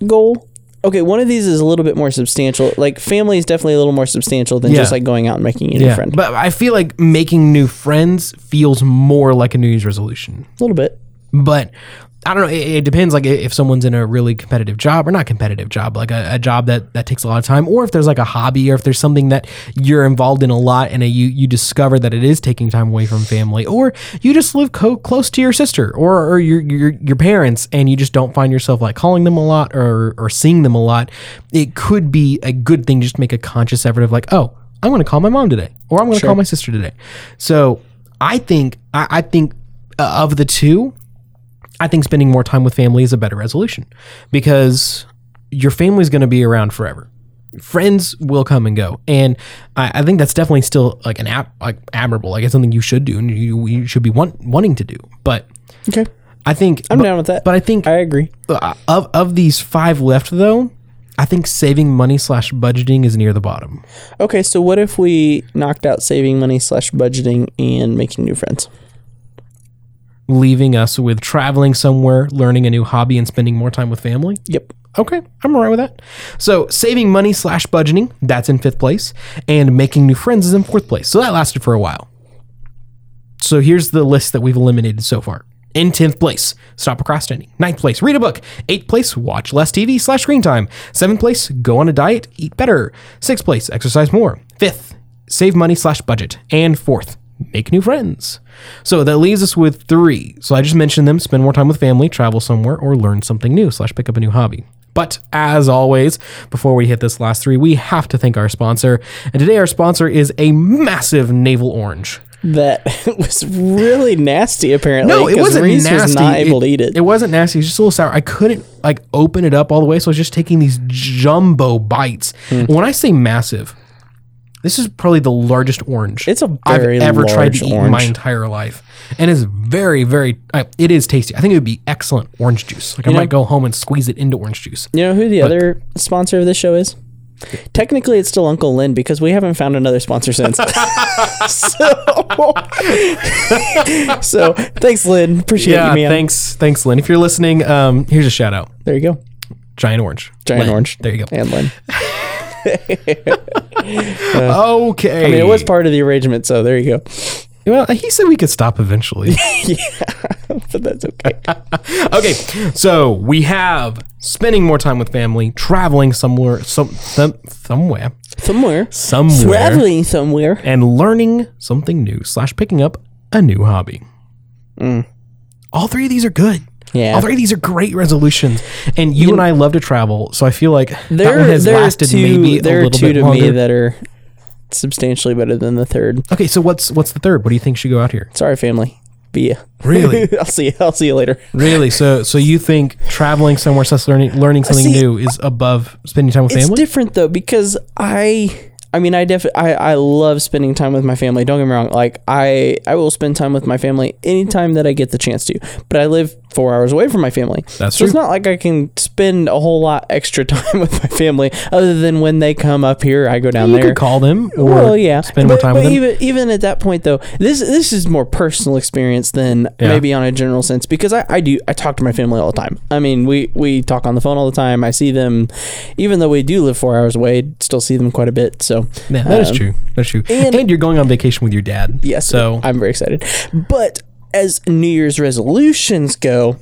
[SPEAKER 2] goal? Okay, one of these is a little bit more substantial. Like family is definitely a little more substantial than
[SPEAKER 1] Yeah.
[SPEAKER 2] just like going out and making a new friend.
[SPEAKER 1] But I feel like making new friends feels more like a New Year's resolution.
[SPEAKER 2] a little bit.
[SPEAKER 1] but I don't know. It, it depends. Like i- if someone's in a really competitive job or not competitive job, like a, a job that that takes a lot of time, or if there's like a hobby, or if there's something that you're involved in a lot, and uh you you discover that it is taking time away from family, or you just live co- close to your sister or, or your, your your parents, and you just don't find yourself like calling them a lot or or seeing them a lot. It could be a good thing just to make a conscious effort of like, oh, I'm going to call my mom today, or I'm going to call my sister today. So I think I, I think uh, of the two I think spending more time with family is a better resolution because your family's going to be around forever. Friends will come and go, and I, I think that's definitely still like an app, like admirable. Like it's something you should do, and you, you should be want, wanting to do. But
[SPEAKER 2] Okay.
[SPEAKER 1] I think
[SPEAKER 2] I'm down with that.
[SPEAKER 1] But I think
[SPEAKER 2] I agree.
[SPEAKER 1] uh, of of these five left, though, I think saving money slash budgeting is near the bottom.
[SPEAKER 2] Okay, so what if we knocked out saving money slash budgeting and making new friends?
[SPEAKER 1] Leaving us with traveling somewhere, learning a new hobby, and spending more time with family.
[SPEAKER 2] Yep.
[SPEAKER 1] Okay, I'm alright with that. So saving money slash budgeting, that's in fifth place, and making new friends is in fourth place. So that lasted for a while. So here's the list that we've eliminated so far. In 10th place, stop procrastinating. Ninth place, read a book. Eighth place, watch less TV slash screen time. Seventh place, go on a diet, eat better. Sixth place, exercise more. Fifth, save money slash budget. And fourth, make new friends. So that leaves us with three. So I just mentioned them spend more time with family, travel somewhere, or learn something new slash pick up a new hobby. But as always, before we hit this last three, we have to thank our sponsor. And today our sponsor is a massive navel orange.
[SPEAKER 2] That *laughs* was really nasty apparently.
[SPEAKER 1] No, it
[SPEAKER 2] 'cause
[SPEAKER 1] wasn't
[SPEAKER 2] Reese
[SPEAKER 1] nasty.
[SPEAKER 2] was not able to eat it.
[SPEAKER 1] It wasn't nasty. It was just a little sour. I couldn't like open it up all the way, so I was just taking these jumbo bites.
[SPEAKER 2] Hmm.
[SPEAKER 1] When I say massive, this is probably the largest orange
[SPEAKER 2] It's a
[SPEAKER 1] I've
[SPEAKER 2] very
[SPEAKER 1] ever tried
[SPEAKER 2] large
[SPEAKER 1] to eat in
[SPEAKER 2] orange.
[SPEAKER 1] my entire life, and it's very, very. I it is tasty. I think it would be excellent orange juice. Like I might go home and squeeze it into orange juice.
[SPEAKER 2] You know who the other sponsor of this show is? Technically, it's still Uncle Lynn because we haven't found another
[SPEAKER 1] *laughs*
[SPEAKER 2] sponsor since. so, so thanks, Lynn. Appreciate
[SPEAKER 1] Yeah,
[SPEAKER 2] you, man.
[SPEAKER 1] thanks, thanks, Lynn. If you're listening, um, here's a shout out.
[SPEAKER 2] There you go.
[SPEAKER 1] Giant orange.
[SPEAKER 2] Giant
[SPEAKER 1] Lynn.
[SPEAKER 2] Orange.
[SPEAKER 1] There you go.
[SPEAKER 2] And Lynn.
[SPEAKER 1] Okay.
[SPEAKER 2] I mean, it was part of the arrangement, so there you go.
[SPEAKER 1] Well, he said we could stop eventually.
[SPEAKER 2] But that's okay.
[SPEAKER 1] Okay, so we have spending more time with family, traveling somewhere, some, some somewhere,
[SPEAKER 2] Somewhere.
[SPEAKER 1] somewhere,
[SPEAKER 2] Traveling somewhere.
[SPEAKER 1] and learning something new slash picking up a new hobby.
[SPEAKER 2] Mm.
[SPEAKER 1] All three of these are good.
[SPEAKER 2] Yeah.
[SPEAKER 1] all three of these are great resolutions. And you, and I love to travel, so I feel like that one
[SPEAKER 2] There,
[SPEAKER 1] has
[SPEAKER 2] there are
[SPEAKER 1] lasted
[SPEAKER 2] two,
[SPEAKER 1] maybe a
[SPEAKER 2] there are
[SPEAKER 1] little
[SPEAKER 2] two
[SPEAKER 1] bit
[SPEAKER 2] to
[SPEAKER 1] longer.
[SPEAKER 2] me that are substantially better than the third.
[SPEAKER 1] okay, so what's what's the third? What do you think should go out here?
[SPEAKER 2] *laughs* Sorry, family. Be ya.
[SPEAKER 1] Really?
[SPEAKER 2] *laughs* I'll see you. I'll see you later.
[SPEAKER 1] Really? So so you think traveling somewhere slash learning learning something
[SPEAKER 2] See,
[SPEAKER 1] new is above spending time with
[SPEAKER 2] It's
[SPEAKER 1] family?
[SPEAKER 2] different though because I I mean, I def I, I love spending time with my family. Don't get me wrong. Like I I will spend time with my family anytime that I get the chance to. But I live four hours away from my family.
[SPEAKER 1] That's
[SPEAKER 2] so
[SPEAKER 1] true.
[SPEAKER 2] It's not like I can spend a whole lot extra *laughs* time with my family, other than when they come up here, I go down
[SPEAKER 1] You
[SPEAKER 2] there.
[SPEAKER 1] could call them or
[SPEAKER 2] well, yeah.
[SPEAKER 1] spend more
[SPEAKER 2] But-
[SPEAKER 1] time
[SPEAKER 2] but
[SPEAKER 1] with them.
[SPEAKER 2] Even, even at that point, though, this this is more personal experience than
[SPEAKER 1] Yeah.
[SPEAKER 2] maybe on a general sense because I, I do I talk to my family all the time. I mean, we we talk on the phone all the time. I see them, even though we do live four hours away, still see them quite a bit. So
[SPEAKER 1] Yeah, that is
[SPEAKER 2] um,
[SPEAKER 1] true. That's true. And,
[SPEAKER 2] and-
[SPEAKER 1] you're going on vacation with your dad.
[SPEAKER 2] Yes,
[SPEAKER 1] So
[SPEAKER 2] I'm very excited. But as New Year's resolutions go,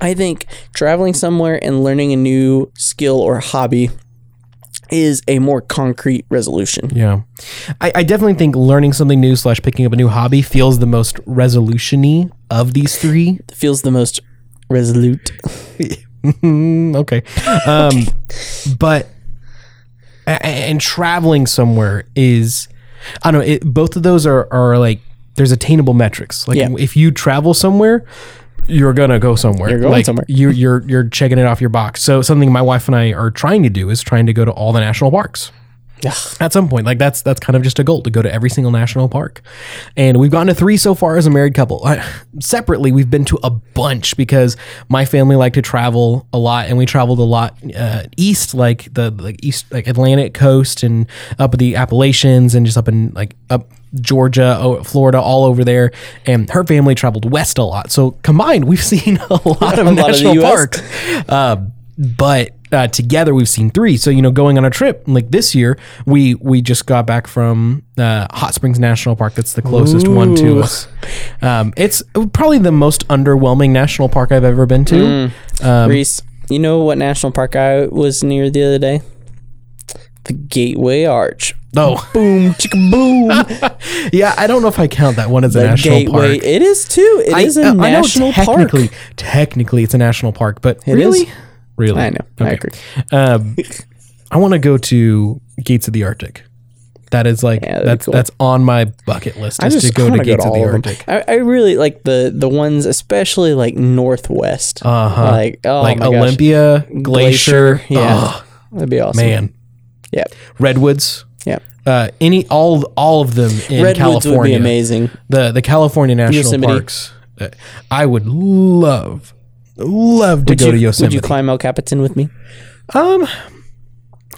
[SPEAKER 2] I think traveling somewhere and learning a new skill or hobby is a more concrete resolution.
[SPEAKER 1] yeah, I, I definitely think learning something new slash picking up a new hobby feels the most resolutiony of these three.
[SPEAKER 2] It feels the most resolute.
[SPEAKER 1] Mm,
[SPEAKER 2] *laughs*
[SPEAKER 1] okay, um, but a- a- and traveling somewhere is I don't know. It, both of those are are like there's attainable metrics. Like
[SPEAKER 2] Yeah.
[SPEAKER 1] if you travel somewhere. You're gonna go somewhere.
[SPEAKER 2] You're going
[SPEAKER 1] Like,
[SPEAKER 2] somewhere.
[SPEAKER 1] You're you're you're checking it off your box. So something my wife and I are trying to do is trying to go to all the national parks. at some point like that's that's kind of just a goal to go to every single national park and we've gotten to three so far as a married couple I, separately we've been to a bunch because my family like to travel a lot and we traveled a lot uh, east like the like east like atlantic coast and up the appalachians and just up in like up Georgia, oh, Florida, all over there, and her family traveled west a lot. So combined, we've *laughs* seen a lot of
[SPEAKER 2] A lot of the
[SPEAKER 1] national
[SPEAKER 2] US.
[SPEAKER 1] parks works. *laughs* Uh, but uh, together we've seen three. So you know, going on a trip like this year, we we just got back from uh, Hot Springs National Park. That's the closest one to us. Um, it's probably the most underwhelming national park I've ever been to.
[SPEAKER 2] Mm.
[SPEAKER 1] Um,
[SPEAKER 2] Reese, you know what national park I was near the other day? The Gateway Arch.
[SPEAKER 1] Oh, *laughs*
[SPEAKER 2] Boom, chicka boom. *laughs*
[SPEAKER 1] yeah, I don't know if I count that one as a
[SPEAKER 2] the
[SPEAKER 1] national
[SPEAKER 2] Gateway.
[SPEAKER 1] park.
[SPEAKER 2] It is too. It
[SPEAKER 1] I-
[SPEAKER 2] is a
[SPEAKER 1] uh, I know
[SPEAKER 2] national park.
[SPEAKER 1] technically, Technically, it's a national park, but
[SPEAKER 2] is.
[SPEAKER 1] really, really,
[SPEAKER 2] I know. I agree.
[SPEAKER 1] Um, I want to go to Gates of the Arctic. That is like
[SPEAKER 2] that'd be
[SPEAKER 1] that's
[SPEAKER 2] cool.
[SPEAKER 1] that's on my bucket list is to go to
[SPEAKER 2] kinda
[SPEAKER 1] Gates of the
[SPEAKER 2] all of them.
[SPEAKER 1] Arctic.
[SPEAKER 2] I, I really like the the ones, especially like Northwest.
[SPEAKER 1] Uh-huh.
[SPEAKER 2] Like oh
[SPEAKER 1] like
[SPEAKER 2] my
[SPEAKER 1] Olympia, Glacier,
[SPEAKER 2] Glacier, yeah.
[SPEAKER 1] Ugh,
[SPEAKER 2] gosh, that'd be awesome.
[SPEAKER 1] man,
[SPEAKER 2] yeah,
[SPEAKER 1] redwoods.
[SPEAKER 2] yeah.
[SPEAKER 1] Uh, any all all of them in
[SPEAKER 2] Redwoods
[SPEAKER 1] California.
[SPEAKER 2] would be amazing.
[SPEAKER 1] The the California national
[SPEAKER 2] Yosemite.
[SPEAKER 1] parks. Uh, I would love love to
[SPEAKER 2] Would
[SPEAKER 1] go
[SPEAKER 2] you,
[SPEAKER 1] to
[SPEAKER 2] would you
[SPEAKER 1] Yosemite.
[SPEAKER 2] climb El Capitan with me?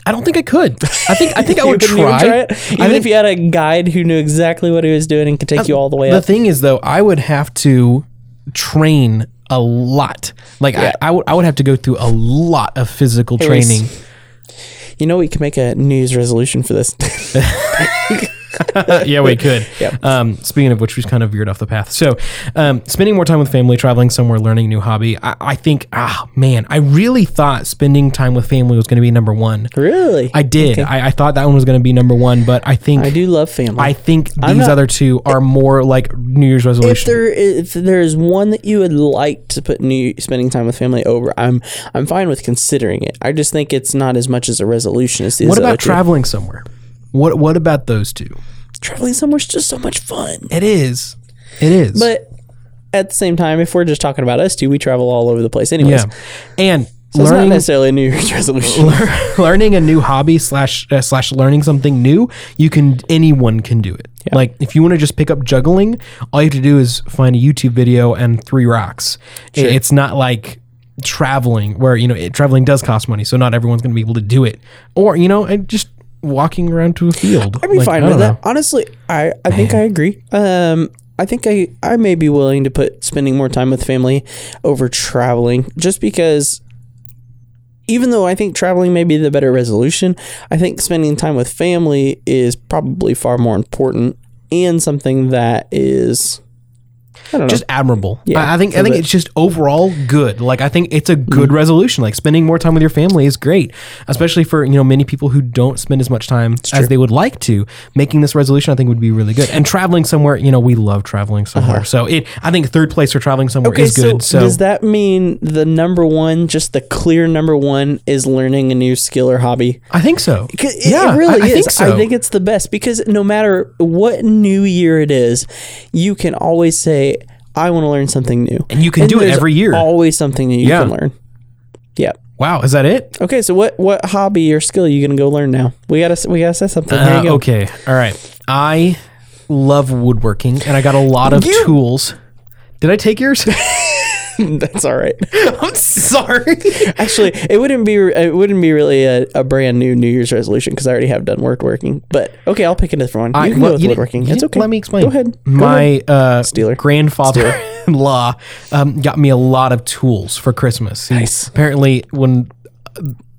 [SPEAKER 1] I don't think I could. I think I think I
[SPEAKER 2] *laughs* You
[SPEAKER 1] would
[SPEAKER 2] couldn't even
[SPEAKER 1] try.
[SPEAKER 2] it?
[SPEAKER 1] I Uh,
[SPEAKER 2] Even if you had a guide who knew exactly what he was doing and could take you all the way
[SPEAKER 1] The
[SPEAKER 2] up.
[SPEAKER 1] thing is, though, I would have to train a lot. Like I, I would, I would have to go through a lot of physical
[SPEAKER 2] Reese.
[SPEAKER 1] training.
[SPEAKER 2] You know, we could make a New Year's resolution for this.
[SPEAKER 1] *laughs*
[SPEAKER 2] *laughs*
[SPEAKER 1] Uh, yeah, we could. Um, speaking of which, we kind of veered off the path. So, um, spending more time with family, traveling somewhere, learning a new hobby. I, I think, ah, man, I really thought spending time with family was going to be number one.
[SPEAKER 2] really,
[SPEAKER 1] I did. I, I thought that one was going to be number one, but I think.
[SPEAKER 2] I
[SPEAKER 1] I
[SPEAKER 2] do love family.
[SPEAKER 1] think these
[SPEAKER 2] I'm not-
[SPEAKER 1] other two are more like New Year's
[SPEAKER 2] if
[SPEAKER 1] resolution.
[SPEAKER 2] there if there is one that you would like to put new spending time with family over, I'm I'm fine with considering it. I just think it's not as much as a resolution as these
[SPEAKER 1] What
[SPEAKER 2] other
[SPEAKER 1] about
[SPEAKER 2] two.
[SPEAKER 1] traveling somewhere? What What about those two?
[SPEAKER 2] traveling somewhere's just so much fun.
[SPEAKER 1] It is. It is.
[SPEAKER 2] But at the same time, if we're just talking about us two, we travel all over the place anyways.
[SPEAKER 1] yeah, and
[SPEAKER 2] So it's not
[SPEAKER 1] learning
[SPEAKER 2] necessarily a New Year's *laughs* resolution.
[SPEAKER 1] *laughs* learning a new hobby slash uh, slash learning something new, you can anyone can do it. Like if you want to just pick up juggling, all you have to do is find a YouTube video and three rocks. I- It's not like traveling where you know it, traveling does cost money, so not everyone's going to be able to do it. Or you know, and just walking around to a field.
[SPEAKER 2] I'd be
[SPEAKER 1] Like,
[SPEAKER 2] fine
[SPEAKER 1] I
[SPEAKER 2] with
[SPEAKER 1] don't
[SPEAKER 2] that.
[SPEAKER 1] know.
[SPEAKER 2] Honestly, I, I think I agree. Um, I think I, I may be willing to put spending more time with family over traveling just because even though I think traveling may be the better resolution, I think spending time with family is probably far more important and something that is I don't know.
[SPEAKER 1] just admirable.
[SPEAKER 2] Yeah,
[SPEAKER 1] I, I think I
[SPEAKER 2] for
[SPEAKER 1] think
[SPEAKER 2] the-
[SPEAKER 1] it's just overall good. Like I think it's a good
[SPEAKER 2] Mm-hmm.
[SPEAKER 1] resolution. Like spending more time with your family is great, especially for you know many people who don't spend as much time as they would like to. Making this resolution, I think, would be really good. And traveling somewhere, you know, we love traveling somewhere. So it, I think, third place for traveling somewhere
[SPEAKER 2] Uh-huh. Okay,
[SPEAKER 1] is good. So,
[SPEAKER 2] does that mean the number one, just the clear number one, is learning a new skill or hobby?
[SPEAKER 1] I think so.
[SPEAKER 2] C- It, yeah, it really is. I think it's the best because no matter what new year it is, you can always say, I want to learn something new.
[SPEAKER 1] And you can do it
[SPEAKER 2] there's
[SPEAKER 1] every year.
[SPEAKER 2] Always something new you
[SPEAKER 1] Yeah.
[SPEAKER 2] can learn. Yeah.
[SPEAKER 1] Wow, is that it?
[SPEAKER 2] Okay, so what what hobby or skill are you gonna go learn now? We gotta s- we gotta say something. Here
[SPEAKER 1] Uh,
[SPEAKER 2] you go.
[SPEAKER 1] okay. All right. I love woodworking and I got a lot of
[SPEAKER 2] You-
[SPEAKER 1] tools. Did I take yours? *laughs*
[SPEAKER 2] *laughs* That's all right.
[SPEAKER 1] I'm sorry.
[SPEAKER 2] Actually, it wouldn't be it wouldn't be really a, a brand new New Year's resolution because I already have done woodworking. But okay, I'll pick a different one.
[SPEAKER 1] I-
[SPEAKER 2] you can
[SPEAKER 1] well,
[SPEAKER 2] go with
[SPEAKER 1] you didn't-
[SPEAKER 2] woodworking.
[SPEAKER 1] you
[SPEAKER 2] It's
[SPEAKER 1] didn't
[SPEAKER 2] okay.
[SPEAKER 1] Let me explain.
[SPEAKER 2] Go ahead. Go ahead.
[SPEAKER 1] My uh,
[SPEAKER 2] Stealer.
[SPEAKER 1] *laughs* grandfather-in-law um, got me a lot of tools for Christmas. He-
[SPEAKER 2] Nice.
[SPEAKER 1] Apparently, when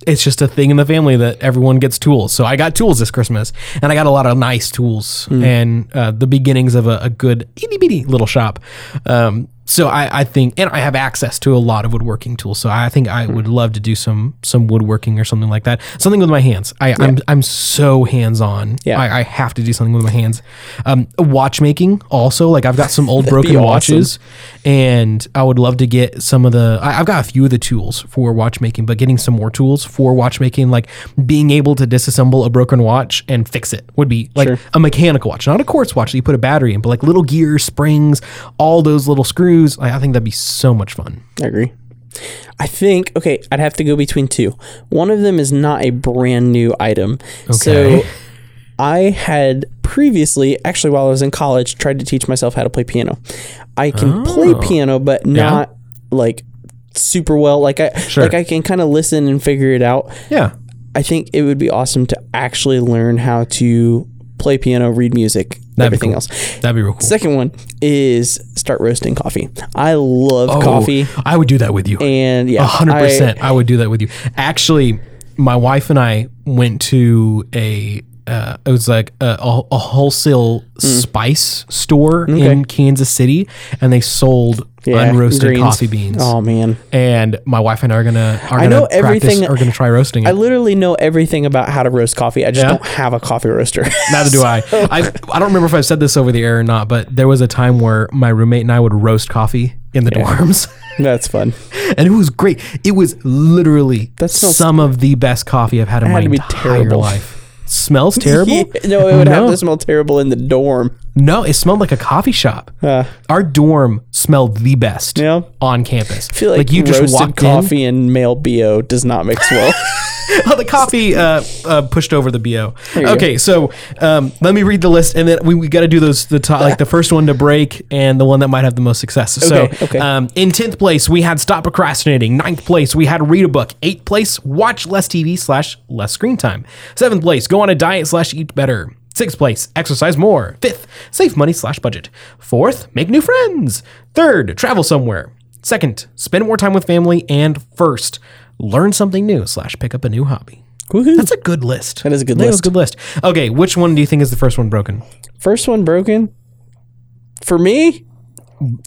[SPEAKER 1] it's just a thing in the family that everyone gets tools, so I got tools this Christmas, and I got a lot of nice tools
[SPEAKER 2] Hmm.
[SPEAKER 1] and uh, the beginnings of a, a good itty bitty little shop. Um, so I, I think, and I have access to a lot of woodworking tools. So I think
[SPEAKER 2] Hmm.
[SPEAKER 1] I would love to do some some woodworking or something like that. Something with my hands. I, I'm I'm so hands on.
[SPEAKER 2] Yeah.
[SPEAKER 1] I, I have to do something with my hands. Um, watchmaking also. Like I've got some
[SPEAKER 2] *laughs*
[SPEAKER 1] old broken
[SPEAKER 2] awesome.
[SPEAKER 1] watches, and I would love to get some of the. I, I've got a few of the tools for watchmaking, but getting some more tools for watchmaking, like being able to disassemble a broken watch and fix it, would be like a mechanical watch, not a quartz watch that you put a battery in, but like little gears, springs, all those little screws. Like, I think that'd be so much fun.
[SPEAKER 2] I agree. I think okay, I'd have to go between two. One of them is not a brand new item. So
[SPEAKER 1] Okay.
[SPEAKER 2] *laughs* I had previously, actually while I was in college, tried to teach myself how to play piano. I can
[SPEAKER 1] Oh.
[SPEAKER 2] play piano but not like super well. Like I
[SPEAKER 1] Sure.
[SPEAKER 2] like I can kind of listen and figure it out.
[SPEAKER 1] Yeah.
[SPEAKER 2] I think it would be awesome to actually learn how to play piano, read music,
[SPEAKER 1] That'd be
[SPEAKER 2] everything
[SPEAKER 1] cool.
[SPEAKER 2] else.
[SPEAKER 1] That'd be real cool.
[SPEAKER 2] Second one is start roasting coffee. I love
[SPEAKER 1] Oh,
[SPEAKER 2] coffee.
[SPEAKER 1] I would do that with you.
[SPEAKER 2] And yeah,
[SPEAKER 1] A hundred
[SPEAKER 2] I-
[SPEAKER 1] percent. I would do that with you. Actually, my wife and I went to a. Uh, it was like a, a, a wholesale
[SPEAKER 2] Mm.
[SPEAKER 1] spice store in Kansas City, and they sold
[SPEAKER 2] Yeah,
[SPEAKER 1] unroasted
[SPEAKER 2] greens.
[SPEAKER 1] coffee beans.
[SPEAKER 2] Oh man,
[SPEAKER 1] And my wife and I are gonna are gonna
[SPEAKER 2] know
[SPEAKER 1] practice,
[SPEAKER 2] everything-
[SPEAKER 1] Are gonna try roasting it.
[SPEAKER 2] I literally know everything about how to roast coffee. I just
[SPEAKER 1] Yeah?
[SPEAKER 2] don't have a coffee roaster. *laughs*
[SPEAKER 1] Neither do I. I. I don't remember if I've said this over the air or not, but there was a time where my roommate and I would roast coffee in the dorms. *laughs*
[SPEAKER 2] That's fun.
[SPEAKER 1] and it was great. It was literally
[SPEAKER 2] That smells-
[SPEAKER 1] some of the best coffee I've had in my
[SPEAKER 2] to be
[SPEAKER 1] entire
[SPEAKER 2] terrible.
[SPEAKER 1] life.
[SPEAKER 2] *laughs*
[SPEAKER 1] Smells terrible?
[SPEAKER 2] Yeah, no, it would
[SPEAKER 1] no,
[SPEAKER 2] have to smell terrible in the dorm.
[SPEAKER 1] no, it smelled like a coffee shop.
[SPEAKER 2] Uh,
[SPEAKER 1] Our dorm smelled the best
[SPEAKER 2] Yeah.
[SPEAKER 1] on campus.
[SPEAKER 2] I feel like,
[SPEAKER 1] you just
[SPEAKER 2] roasted
[SPEAKER 1] walked coffee.
[SPEAKER 2] coffee and male bo does not mix
[SPEAKER 1] *laughs*
[SPEAKER 2] well.
[SPEAKER 1] in. *laughs* Oh, the coffee uh, uh, pushed over the bo.
[SPEAKER 2] go.
[SPEAKER 1] Okay, so um, let me read the list, and then we, we got to do those the top, like the first one to break, and the one that might have the most success. So,
[SPEAKER 2] Okay, okay.
[SPEAKER 1] Um, in tenth place, we had stop procrastinating. Ninth place, we had read a book. Eighth place, watch less TV slash less screen time. Seventh place, go on a diet slash eat better. Sixth place, exercise more. Fifth, save money slash budget. Fourth, make new friends. Third, travel somewhere. Second, spend more time with family. And first, learn something new slash pick up a new hobby.
[SPEAKER 2] Woohoo.
[SPEAKER 1] That's a good list.
[SPEAKER 2] That is a good
[SPEAKER 1] was
[SPEAKER 2] list.
[SPEAKER 1] good list. Okay, which one do you think is the first one broken?
[SPEAKER 2] First one broken. For me,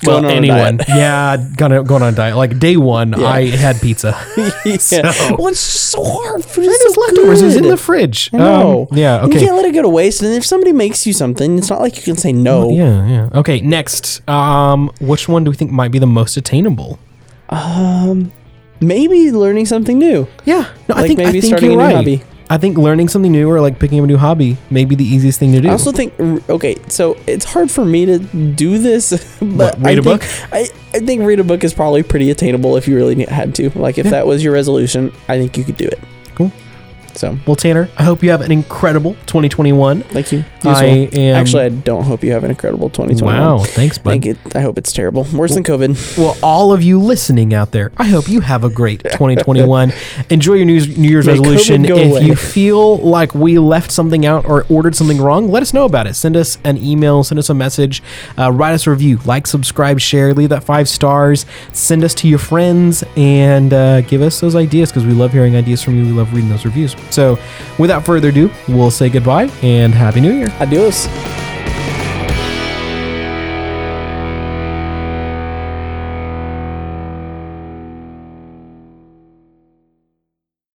[SPEAKER 2] Going on a diet.
[SPEAKER 1] yeah, gonna going on a diet. Like day one, I had
[SPEAKER 2] *laughs*
[SPEAKER 1] pizza.
[SPEAKER 2] *laughs* yeah.
[SPEAKER 1] So-
[SPEAKER 2] well, it's just so hard. Food
[SPEAKER 1] It
[SPEAKER 2] is
[SPEAKER 1] is
[SPEAKER 2] so
[SPEAKER 1] leftovers. It's in
[SPEAKER 2] good.
[SPEAKER 1] the fridge.
[SPEAKER 2] I know.
[SPEAKER 1] Um, yeah.
[SPEAKER 2] You
[SPEAKER 1] Okay.
[SPEAKER 2] can't let it go to waste. And if somebody makes you something, it's not like you can say no.
[SPEAKER 1] Yeah. Yeah. Okay. Next. Um, which one do we think might be the most attainable?
[SPEAKER 2] Maybe learning something new.
[SPEAKER 1] Yeah. No, I
[SPEAKER 2] Like
[SPEAKER 1] think I
[SPEAKER 2] maybe
[SPEAKER 1] think
[SPEAKER 2] starting
[SPEAKER 1] you're
[SPEAKER 2] a new
[SPEAKER 1] right.
[SPEAKER 2] hobby.
[SPEAKER 1] I think learning something new or like picking up a new hobby may be the easiest thing to do.
[SPEAKER 2] I also think okay, so it's hard for me to do this, *laughs*
[SPEAKER 1] What,
[SPEAKER 2] but
[SPEAKER 1] read
[SPEAKER 2] I
[SPEAKER 1] a
[SPEAKER 2] think,
[SPEAKER 1] book?
[SPEAKER 2] I, I think read a book is probably pretty attainable if you really ne- had to. Like if that was your resolution, I think you could do it.
[SPEAKER 1] cool.
[SPEAKER 2] So
[SPEAKER 1] Well, Tanner, I hope you have an incredible 2021.
[SPEAKER 2] thank you. You as
[SPEAKER 1] I
[SPEAKER 2] well.
[SPEAKER 1] am-
[SPEAKER 2] actually I don't hope you have an incredible 2021.
[SPEAKER 1] Wow. Thanks,
[SPEAKER 2] I
[SPEAKER 1] bud.
[SPEAKER 2] think it, I hope it's terrible. Worse than COVID.
[SPEAKER 1] Well, all of you listening out there, I hope you have a
[SPEAKER 2] *laughs*
[SPEAKER 1] great 2021. Enjoy your New Year's, New Year's
[SPEAKER 2] May COVID
[SPEAKER 1] resolution. If
[SPEAKER 2] go away.
[SPEAKER 1] you feel like we left something out or ordered something wrong, let us know about it. Send us an email, send us a message, uh, write us a review, like, subscribe, share, leave that five stars, send us to your friends, and uh, give us those ideas because we love hearing ideas from you. We love reading those reviews. So, without further ado, we'll say goodbye and Happy New Year.
[SPEAKER 2] Adios.